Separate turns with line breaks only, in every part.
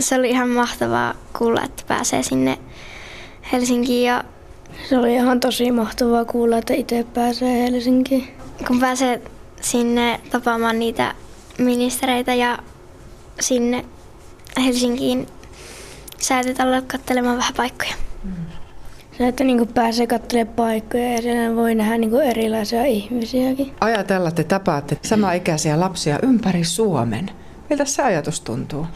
Se oli ihan mahtavaa kuulla, että pääsee sinne Helsinkiin ja
Se oli ihan tosi mahtavaa kuulla, että itse pääsee Helsinkiin.
kun pääsee sinne tapaamaan niitä ministereitä ja sinne Helsinkiin säätytalolle katselemaan vähän paikkoja.
Se, että niin pääsee katselemaan paikkoja ja siellä voi nähdä niin erilaisia ihmisiäkin.
Ajatella, te tapaatte samaikäisiä lapsia ympäri Suomen. Miltä se ajatus tuntuu?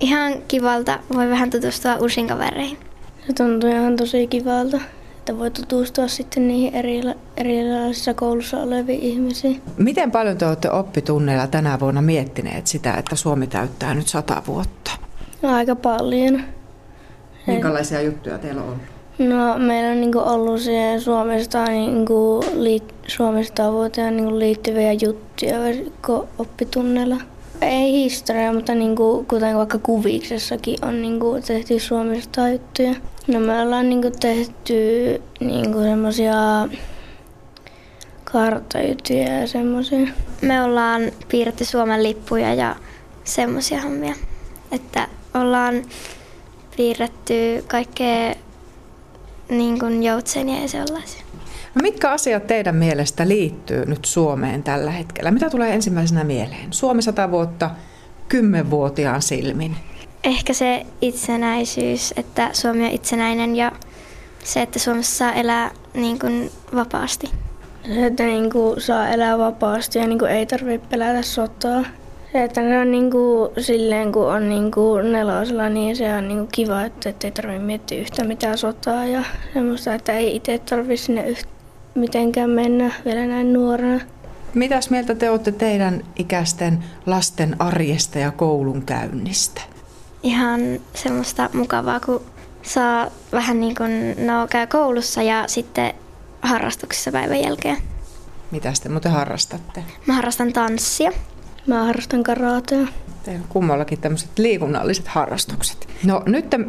Ihan kivalta voi vähän tutustua uusiin kavereihin.
Se tuntuu ihan tosi kivalta, että voi tutustua sitten niihin erila- erilaisissa koulussa oleviin ihmisiin.
Miten paljon te olette oppitunneilla tänä vuonna miettineet sitä, että Suomi täyttää nyt sata vuotta?
No, aika paljon.
Minkälaisia juttuja teillä on ollut?
No, meillä on niin ollut siihen Suomesta, niin kuin, liit- Suomesta vuoteen niin liittyviä juttuja verkko- oppitunneilla. Ei historiaa, mutta niin kuin, kuten vaikka kuviksessakin on niin kuin, tehty Suomesta juttuja. No me ollaan niin kuin, tehty niin kuin, semmoisia karttajuttuja ja semmoisia.
Me ollaan piirretty Suomen lippuja ja semmoisia hommia. Että ollaan piirretty kaikkea niin kuin joutsenia ja sellaisia.
No mitkä asiat teidän mielestä liittyy nyt Suomeen tällä hetkellä? Mitä tulee ensimmäisenä mieleen? Suomi 100 vuotta kymmenvuotiaan silmin.
Ehkä se itsenäisyys, että Suomi on itsenäinen ja se, että Suomessa saa elää niin kuin vapaasti.
Se, että niinku saa elää vapaasti ja niinku ei tarvitse pelätä sotaa. Se, että ne on niinku, silleen kun on niinku nelosella, niin se on niinku kiva, että et ei tarvitse miettiä yhtä mitään sotaa ja semmoista, että ei itse tarvitse sinne yht- mitenkään mennä vielä näin nuorena.
Mitäs mieltä te olette teidän ikäisten lasten arjesta ja koulunkäynnistä?
Ihan semmoista mukavaa, kun saa vähän niin kuin, no käy koulussa ja sitten harrastuksissa päivän jälkeen.
Mitä te muuten harrastatte?
Mä harrastan tanssia.
Mä harrastan karatea.
Teillä on kummallakin tämmöiset liikunnalliset harrastukset. No nyt te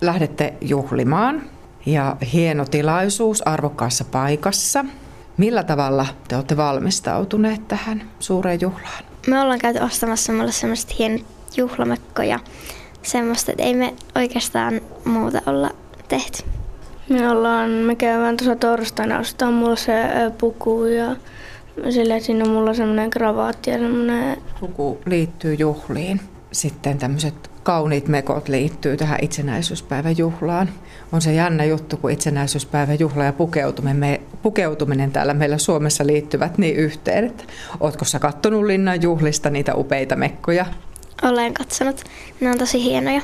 lähdette juhlimaan ja hieno tilaisuus arvokkaassa paikassa. Millä tavalla te olette valmistautuneet tähän suureen juhlaan?
Me ollaan käyty ostamassa mulle semmoiset hienot juhlamekkoja. Semmoista, että ei me oikeastaan muuta olla tehty.
Me ollaan, me käydään tuossa torstaina ostaa mulle se ö, puku ja sillä siinä on mulla semmoinen kravaatti ja semmoinen
Puku liittyy juhliin. Sitten tämmöiset kauniit mekot liittyy tähän itsenäisyyspäivän juhlaan. On se jännä juttu, kun itsenäisyyspäivän juhla ja pukeutuminen, me, pukeutuminen täällä meillä Suomessa liittyvät niin yhteen. Että, ootko sä kattonut Linnan juhlista niitä upeita mekkoja?
Olen katsonut. Ne on tosi hienoja.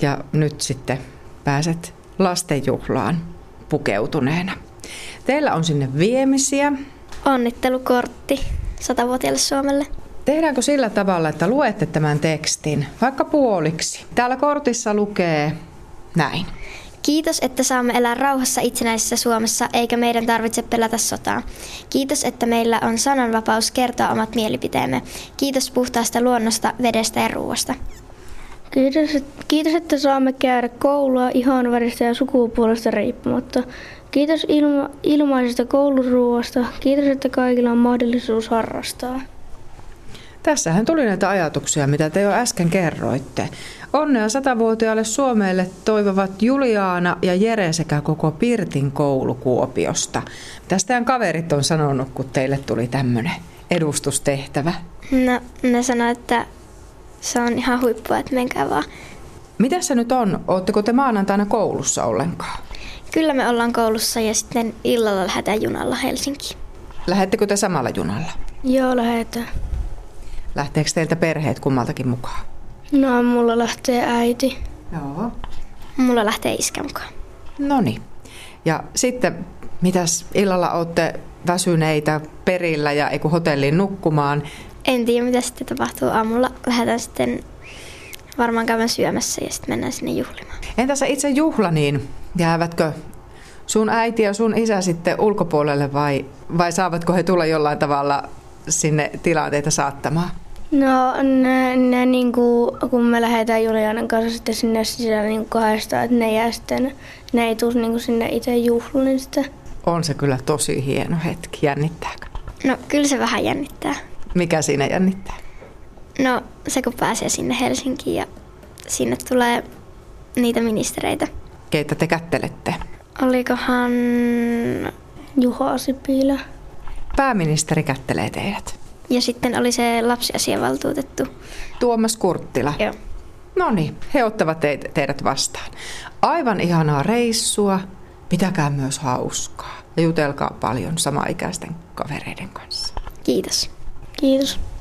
Ja nyt sitten pääset lastenjuhlaan pukeutuneena. Teillä on sinne viemisiä.
Onnittelukortti satavuotiaalle Suomelle.
Tehdäänkö sillä tavalla, että luette tämän tekstin vaikka puoliksi? Täällä kortissa lukee näin.
Kiitos, että saamme elää rauhassa itsenäisessä Suomessa, eikä meidän tarvitse pelätä sotaa. Kiitos, että meillä on sananvapaus kertoa omat mielipiteemme. Kiitos puhtaasta luonnosta, vedestä ja ruoasta.
Kiitos, et- kiitos, että saamme käydä koulua ihonväristä ja sukupuolesta riippumatta. Kiitos ilma, ilmaisesta kouluruuasta. Kiitos, että kaikilla on mahdollisuus harrastaa.
Tässähän tuli näitä ajatuksia, mitä te jo äsken kerroitte. Onnea satavuotiaalle Suomelle toivovat Juliaana ja Jere sekä koko Pirtin koulu Kuopiosta. Tästähän kaverit on sanonut, kun teille tuli tämmöinen edustustehtävä.
No, ne sanoi, että se on ihan huippua, että menkää vaan.
Mitä se nyt on? Oletteko te maanantaina koulussa ollenkaan?
Kyllä me ollaan koulussa ja sitten illalla lähdetään junalla Helsinkiin.
Lähettekö te samalla junalla?
Joo, lähetään.
Lähteekö teiltä perheet kummaltakin mukaan?
No, mulla lähtee äiti.
Joo.
Mulla lähtee iskä mukaan.
No niin. Ja sitten, mitäs illalla olette väsyneitä perillä ja eiku hotelliin nukkumaan,
En tiedä, mitä sitten tapahtuu aamulla. Lähdetään sitten varmaan käymään syömässä ja sitten mennään sinne juhlimaan.
Entäs se itse juhla, niin jäävätkö sun äiti ja sun isä sitten ulkopuolelle vai, vai saavatko he tulla jollain tavalla sinne tilanteita saattamaan?
No, ne, ne niinku, kun me lähdetään Julianan kanssa sitten sinne sisälle niinku kahdestaan, että ne jää sitten, ne ei tule niinku sinne itse juhliin niin sitten.
On se kyllä tosi hieno hetki, jännittääkö?
No, kyllä se vähän jännittää.
Mikä siinä jännittää?
No, se kun pääsee sinne Helsinkiin ja sinne tulee niitä ministereitä.
Keitä te kättelette?
Olikohan
Juha Sipilä.
Pääministeri kättelee teidät.
ja sitten oli se lapsiasiavaltuutettu.
Tuomas Kurttila.
Joo.
No niin, he ottavat teidät, teidät vastaan. Aivan ihanaa reissua, pitäkää myös hauskaa ja jutelkaa paljon samaikäisten kavereiden kanssa.
Kiitos.
Kiitos.